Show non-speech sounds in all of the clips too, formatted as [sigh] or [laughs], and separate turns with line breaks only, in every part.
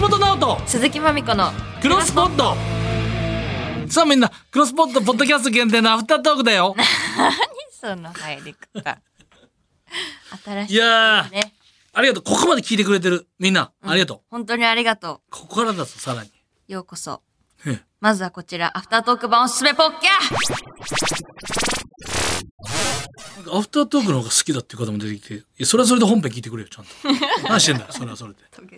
橋本直人
鈴木まみこの
クロスポットさあみんなクロスポットポッドキャスト限定のアフタートークだ
[laughs]
よ
その入り方新しい
いやー
ね
ありがとうここまで聞いてくれてるみんなありがとう、
本当にありがと
ここからだぞさらに
うようこそ
へえ
まずはこちらアフタートーク版おすすめポッキャ
アフタートークの方が好きだっていう方も出てきていやそれはそれで本編聞いてくれよ
[laughs]
ちゃんと何してんだよそれはそれで
トゲ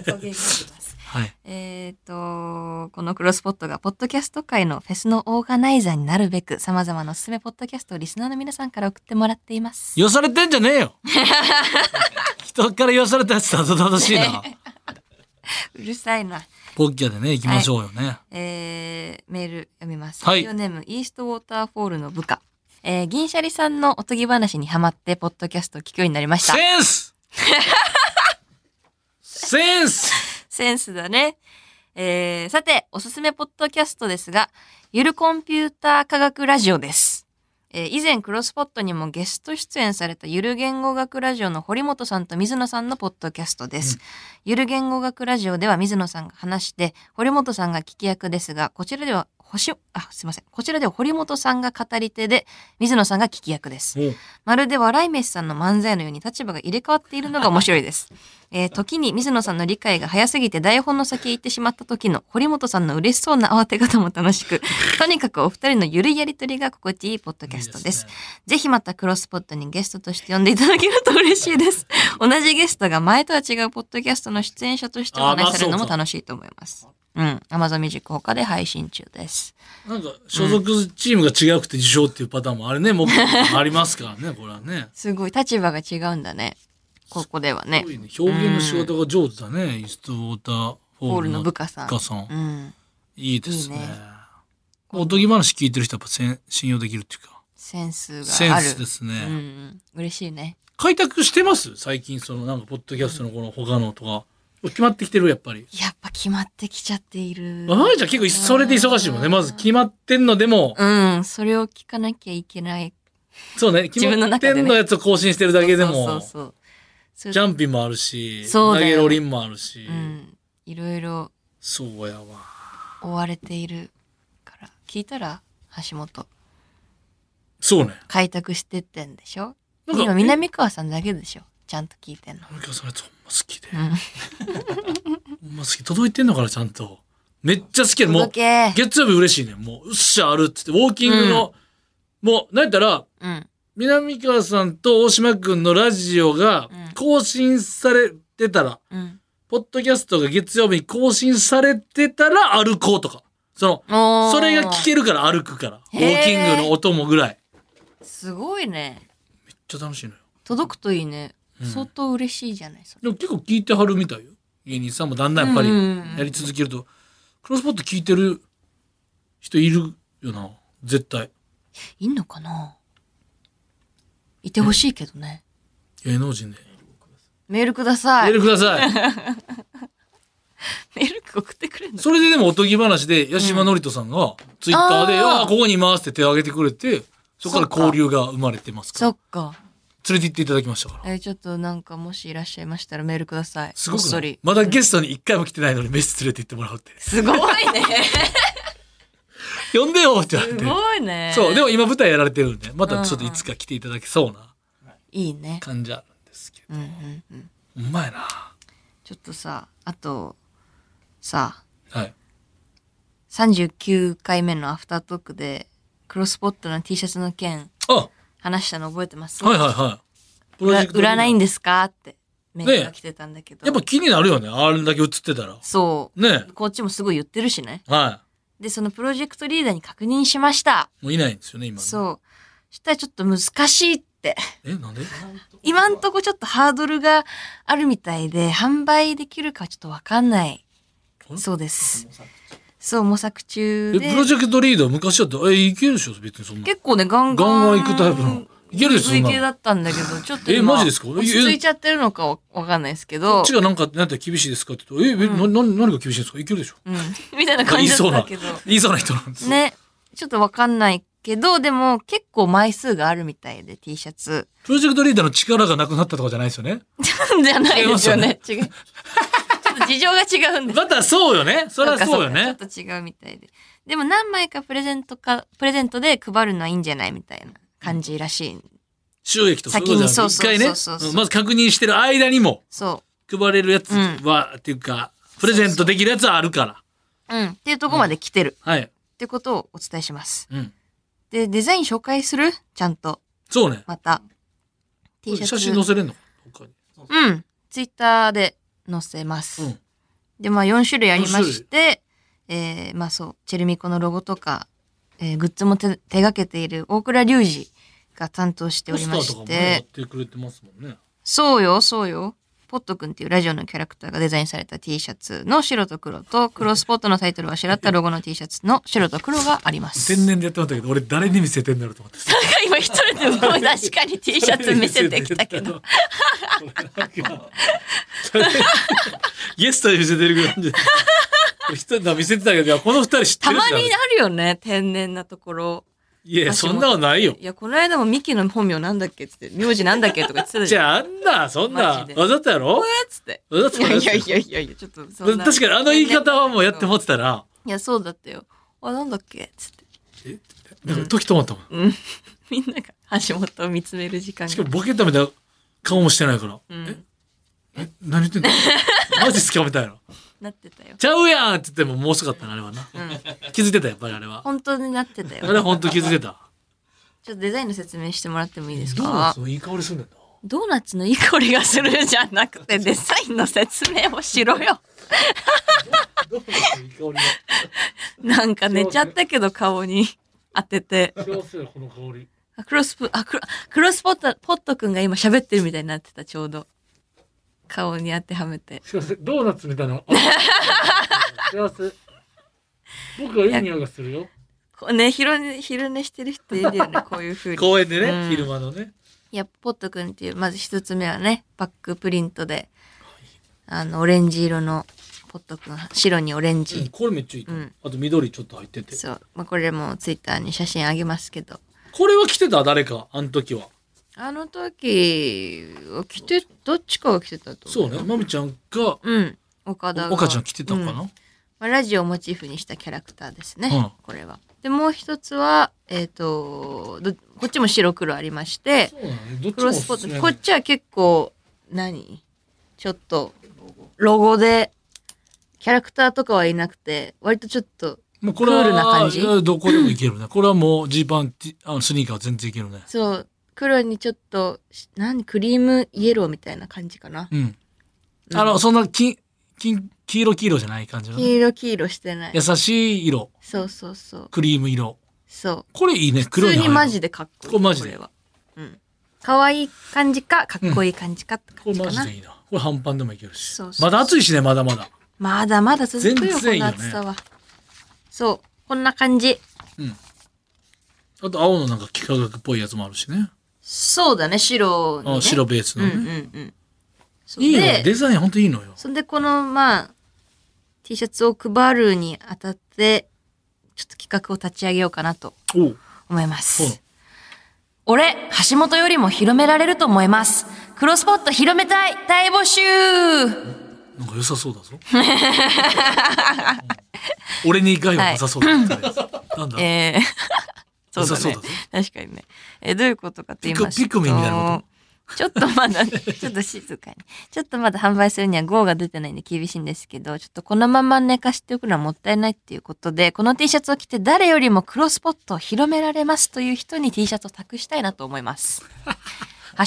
トゲがきます
はい
えっ、と、このクロスポットが、ポッドキャスト界のフェスのオーガナイザーになるべく、様々なおすすめポッドキャストをリスナーの皆さんから送ってもらっています。
よされてんじゃねえ
[laughs]
よ人からよされたやつだと正しいな
うるさいな。
ポッキャでね行きましょうよね、
えー、メール読みます。
はい
ラジオネーム、イーストウォーターフォールの部下。えー、銀シャリさんのおとぎ話にハマって、ポッドキャストを聞くようになりました。
セン
[laughs]
スセンス
センスだね。えー、さて、おすすめポッドキャストですが、ゆるコンピューター科学ラジオです。えー以前クロスポットにもゲスト出演されたゆる言語学ラジオの堀本さんと水野さんのポッドキャストです。ゆる言語学ラジオでは水野さんが話して、堀本さんが聞き役ですが、こちらでは、星、あ、すいません。こちらでは堀本さんが語り手で、水野さんが聞き役です。まるで笑い飯さんの漫才のように立場が入れ替わっているのが面白い [laughs] です。えー時に水野さんの理解が早すぎて台本の先へ行ってしまった時の堀本さんの嬉しそうな慌て方も楽し [laughs] く、とにかくお二人のゆるいやりとりが心地いいポッドキャストです。
ね
ぜひまたクロスポットにゲストとして呼んでいただけると嬉しい [laughs] です。同じゲストが前とは違うポッドキャストの出演者としてお話しされるのも楽しいと思います。うん。Amazon Music 他で配信中です。
なんか所属チームが違くて受賞っていうパターンもあれね、もうありますからねこれはね
すごい。立場が違うんだね。ここではね
すご。いね表現の仕事が上手だね、イーストウォーターフォ
ホ
ー
ー
ル
ル
の
の部下さん。
部下さん
うん。
いいですね
いいね
おとぎ話聞いてる人やっぱせん信用できるっていうか
センス
セ
があ
ン
る。
スですね、
うんうん。嬉しいね。
開拓してます最近そのなんかポッドキャストのこの他のとか決まってきてるやっぱり
やっぱ決まってきちゃっている。
ああじゃあ結構それで忙しいもんねまず決まってんのでも、
うん。それを聞かなきゃいけない。
そうね決
自分
ま
の
っ
中
て
でね
んのやつを更新してるだけでも
そうそうそうそう。
ジャンピンもあるし
そ
投
うだよ
げロリンもあるし、
うん。いろいろ
そうやわ
追われているから。聞いたら橋本。
そうね
開拓してってんでしょ
なんか
今、南川さんだけでしょちゃんと聞いてんの。
森川さんのやつほんま好きで、
ん
ほんま好き届いてんのからちゃんとめっちゃ好きやもう
届け。
月曜日嬉しいねもううっしゃあるっつってウォーキングの、もうなんやったら
うん。
南川さんと大島君のラジオが
うん
更新されてたら、
うん。
ポッドキャストが月曜日に更新されてたら歩こうとかそ
お
の
ー
それが聞けるから歩くからウォーキングのお供ぐらい
すごいね。
めっちゃ楽しいのよ
届くといいね。
うん
相当嬉しいじゃない、それ
でも結構聞いてはるみたいよ芸人さんもだんだんやっぱり
うんうんうん
やり続けるとクロスポット聞いてる人いるよな絶対
いんのかないてほしいけどね。
芸能人で
メールくださ
メ
い。
ールください
メール送ってくれるの
それででもおとぎ話で八島智人さんがツイッターで「
あー
ああここにいます」って手を挙げてくれてそこから交流が生まれてますか
そ
ら
っか。
連れて行っていただきましたから
えーちょっとなんかもしいらっしゃいましたらメールください。
すご
こっ
く
そ
な
り
い。まだゲストに一回も来てないのにメス連れて行ってもらうって
すごいね。
呼んでよって言われ
す
て
ごいね。
そうでも今舞台やられてるんでまたちょっといつか来ていただけそうない
いね。
感じあるんですけど
うんうんうん。
うまいな
ちょっとさ、あと、さ、
はい
39回目のアフタートークで、クロスポットの T シャツの件、
あは
話したの覚えてます
いはいはいプ
売ら売らないん
で
ですかってメールが来てたんだけど。
やっぱ気になるよねあれだけ映ってたら
そ
ね
う。こっちもすごい言ってるしね。
えは
で、そのプロジェクトリーダーに確認しました。
いもういないんですよね今ね
そう。そしたらちょっと難しいって。 [laughs]
えなんで
今んとこちょっとハードルがあるみたいで、販売できるかちょっとわかんない。そうです。そう、模索中
え
で
プ。ロジェクトリーダー昔だってえいけるでしょ別にそんな
結構ね、ガンガ
ガ
ン。
ンガン行くタイプのいけるでしょそん
水
な
系だ
の
ったんだ
[laughs]
けど、ちょっと
え
今
マジですか
落ち着いちゃってるのかわわかんないですけ
こ
ど
っち。がなんかなんて厳しいですかって言うとええなな何が厳しいんですかいけるでしょ
うん。 [laughs] みたいな感じだったけど。
言いそうな人なんですよ
ね。ちょっとわかんないけど、でも結構枚数があるみたいで T シャツ。
プロジェクトリーダーの力がなくなったとかじゃないですよね。
じゃないですよね。違う。ちょっとと事情が違うんです
だったらそうよね。そりゃそうよ
そっ
ね。
かちょっと違うみたいで。でも何枚かプレゼントか、プレゼントで配るのはいいんじゃないみたいな感じらしい。
収益とそういうことじゃん。一
先
回ね。
にそううそうそうそうん
まず確認してる間にも
そ
配れるやつ
うん
は、っていうか、プレゼントできるやつはあるから。
う。うん。っていうとこまで来てる。
はい。
ってことをお伝えします。
うん。
で、デザイン紹介するちゃんと。
そうね。
また。
こ
T
れ
シャツ。
写真載せれんの他に。
うん。ツイッターで載せます。
うん
で、まあ4種類ありまして、えー、まあそう、チェルミコのロゴとか、えー、グッズも手手掛けている大倉隆二が担当してお
ポ
り
スタ
ま
ーとか
し、
もねやっててくれてますもんね。
そうよ、そうよ。ポットくんっていうラジオのキャラクターがデザインされた T シャツの白と黒と、クロスポットのタイトルをあしらったロゴの T シャツの白と黒があります。
天然でやってまったけど、俺誰に見せてんだろうと思って。
今一人でも確かに [laughs] T シャツ見せてきたけど。。
[laughs] ゲストで見せてるぐらいじゃない。俺一人の見せてたけど、いやこの二人知って
た
るんだ
まにあるよね、天然なところ。
いや、そんなのないよ。
いや、この間もミキの本名なんだっけっつって、名字なんだっけとか言ってた
じ
じゃん。
ゃあ、あんな、そんな
マジ、で
わざとやろ
えっつって。
わざと
いや
やろ
いやいやいやいや、ちょっとそんな。
確かにあの言い方はもうやってもってたら、
いや、そうだったよ。あ、なんだっけっつって。
えなんか時止まったもん。
うん。みんなが橋本を見つめる時間
しかも
が。
ボケたみたいな顔もしてないから。
うん。
え、何言ってん [laughs] のマジっすかみたいな。
なってたよ。
ちゃうやんって言ってももう遅かったな、あれはな。
うん。
気づいてた、やっぱりあれは。
本当になってたよ。
あれは本当気づいてた。
ちょっとデザインの説明してもらってもいいです
ドーナ
か
ツのいい香りするんだよ
ドーナツのいい香りがするじゃなくて、デザインの説明をし
[laughs]
ろよ。
な。ドーナツのいい香りが。
なんか寝ちゃったけど顔に当てて。
幸せよ、この香り。
あクロスプ、あ、クロクロスポット、ポットくんが今喋ってるみたいになってた、ちょうど。顔に当てはめて。
幸せ、ドーナツみたいな。幸せ。僕はい
い
匂いがするよ。
こうね、昼寝、昼寝してる人いる
[laughs]
よね、こういう風に。
公園で
う
ね、
ん
昼間のね。
いや、ポットくんっていう、まず一つ目はね、バックプリントで、あの、オレンジ色のポットくん、白にオレンジ。
これめっちゃいいと思う
うん
あと緑ちょっと入ってて。
そう。まあ、これもツイッターに写真あげますけど。
これは着てた、誰か、あの時は。
あの時、着て、どっちかが着てたと
そ
思
う
う。
ね、まみちゃんが、
うん。岡田が。
岡ちゃん着てたのか
うん
な
まあ、ラジオをモチーフにしたキャラクターですね、
うん
これは。でもう一つは、えっとどこっちも白黒ありまして
そうなのね、どっち
ク
も
ロ
お
ス
す
ポ
す
ッ
め
トこっちは結構何ちょっとロゴでキャラクターとかはいなくて割とちょっと
まあこれは
クールな感じ
いやどこでもいけるね。これはもうジーパン、T- あのスニーカー全然いけるね。
そう黒にちょっとし何クリームイエローみたいな感じかな、
うん。
うん
あの、そんな金、金、黄色黄色じゃない感じの、ね。
黄色黄色してない
優しい色。
そうそうそう
クリーム色。
そう
これいいね。
普
黒
通
に入
に
る
マジでかっこいい
これマジで
これは、うん、可愛い感じかかっこいい感じかって
これ
感じか
マ
な、
ジでいいな。これ半パンでもいけるし。
そうそ
ま
う
だ暑いしね、まだまだ。
まだまだ続くよ
全然いい
こ
よ
の
ね
暑さはそうこんな感じ
あと青のなんか幾何学っぽいやつもあるしね。
そうだね白に、
あ
ね、
白ベース
うん
の、
う
ね
んうんそう
いいよね。
で
デザインほんといいのよ。
そんでこのまあ T シャツを配るにあたってちょっと企画を立ち上げようかなと
おう
思います、
うん
俺橋本よりも広められると思いますクロスポット広めたい大募集
なんか良さそうだぞ。うん俺に害はなさそうだ。
[laughs]
なんだ、
えー [laughs] そう
良さ
だ
そう
ね
だぞ。
[laughs] 確かにね。えーどういうことかと言いますと。
ピクピクミンみたいなこ
ちょっとまだ、 [laughs] ちょっと静かに。ちょっとまだ販売するには GO が出てないんで厳しいんですけど、ちょっとこのまま寝かしておくのはもったいないっていうことで、この T シャツを着て誰よりもクロスポットを広められますという人に T シャツを託したいなと思
[laughs]
います。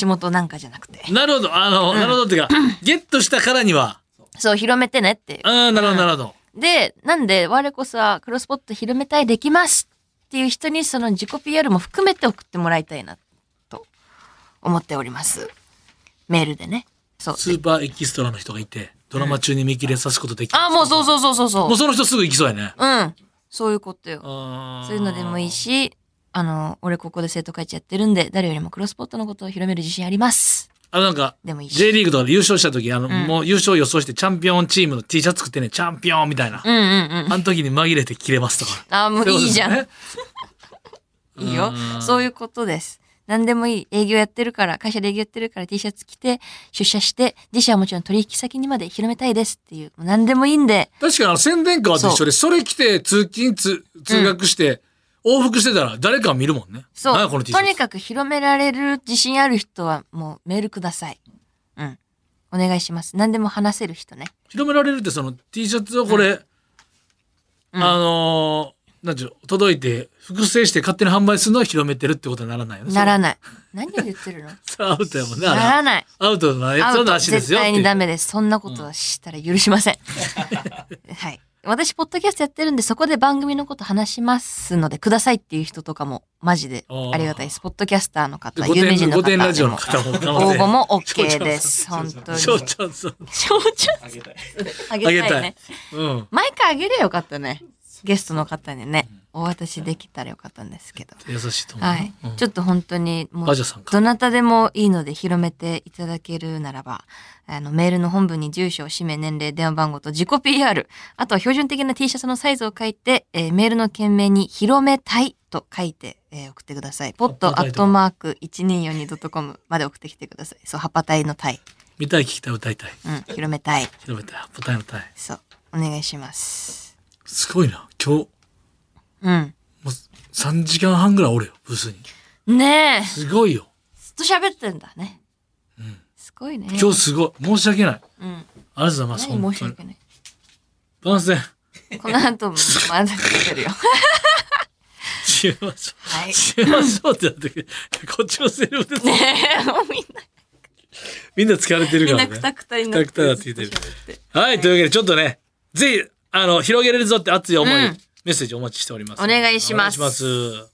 橋本なんかじゃなくて。
なるほど。あの、なるほどっていうか、ゲットしたからには。
そう、広めてねっていう。
ああ、なるほど、なるほど。
で、なんで、我こそはクロスポット広めたいできますっていう人にその自己 PR も含めて送ってもらいたいなと思っております。メールでね。そう。
スーパーエキストラの人がいて、ドラマ中に見切れさすことできる。
あ、もうそうそうそうそう
も
そう
その人すぐ行きそうやね。
う。うん。そういうことよ。
そ
そういうのでもいい。し、あの、俺ここで生徒会長やってるんで、誰よりもクロスポットのことを広める自信あります。
あのなんか、
でもいいし。
J リーグとかで優勝した時、あの、
ん
もう優勝予想してチャンピオンチームの T シャツ作ってね、チャンピオンみたいな。
うんうんうん。
あの時に紛れて切れますとか。
あ、もういいじゃん。 [laughs]
そううことですね
いいよ。そういうことです。何でもいい。営業やってるから、会社で営業やってるから T シャツ着て、出社して、自社はもちろん取引先にまで広めたいですっていう、もう何でもいいんで、
確かにあの宣伝カーと一緒で、それ着て通勤通、通学して、往復してたら誰か見るもんね。
そう。
なんやこの T シ
と
ャ
に
ツ。
かく広められる自信ある人は、もうメールください。うん。お願いします。何でも話せる人ね。
広められるってその T シャツをこれ、
うん
あのー、なんちゅうの届いて、複製して勝手に販売するのは広めてるってことはならないよね。
ならない。何を言っ
[laughs]
てるの
それアウトやもんね。
な
あ
ら
れ
ない。
アウトのや
ア
つは
ウ
な
ト
しです
絶
よって
対
いう。
にダメです。そんなことはしたら許しません。 [laughs] はい。私、ポッドキャストやってるんで、そこで番組のこと話しますので、くださいっていう人とかも、マジでありがたいです。ポッドキャスターの方、
御
有名
殿
人の
御
方で
殿
も
ラジオの方も可能
応
で
募も
[laughs]
OK です。本当に。
しょ
承
うちゃんさん。
知
あげたい。
あげ
あげ
た
た
いね
い。。うん。
毎回あげればよかったね。ゲストの方にね、お渡しできたらよかったんですけど。
優しいと思う。
はい
うん。
ちょっと本当に、もう
バジョさんか
ど。なたでもいいので広めていただけるならば、あの、メールの本文に住所、氏名、年齢、電話番号と自己 PR、あとは標準的な T シャツのサイズを書いて、えーメールの件名に広めたいと書いて、えー送ってください。ポットアットマーク 1242.com まで送ってきてください。そう、ハパタイのタイ。
見たい、聞きたい、歌いたい。
うん、広めたい。
広めたい。答えのたい。
そう、お願いします。
すごいな。今日、
うん。
もう3時間半ぐらいおるよ、ブースに。
ねえ、
すごいよ。
ずっと喋ってんだね。すごいね。
今日すごい。申し訳ない。
うん。
ありがとうございます。
何申し
本当
訳
に
ない。
番宣。 [laughs]
この後もまだ来てるよ。
違いましょう。
[laughs] はい。
違いましょうってなってくる、こっちのセリフで、
ねえ、 [laughs] もうみんな、
みんな疲れてる
み
か
んな
ら
くた
ね。
くたになって。
くたくたになってきてる
ずっと喋って
はい、というわけで、ちょっとね、ぜひ、あの、広げれるぞって熱い思い、
うん
メッセージお待ちしております。
お願いします
お願いします。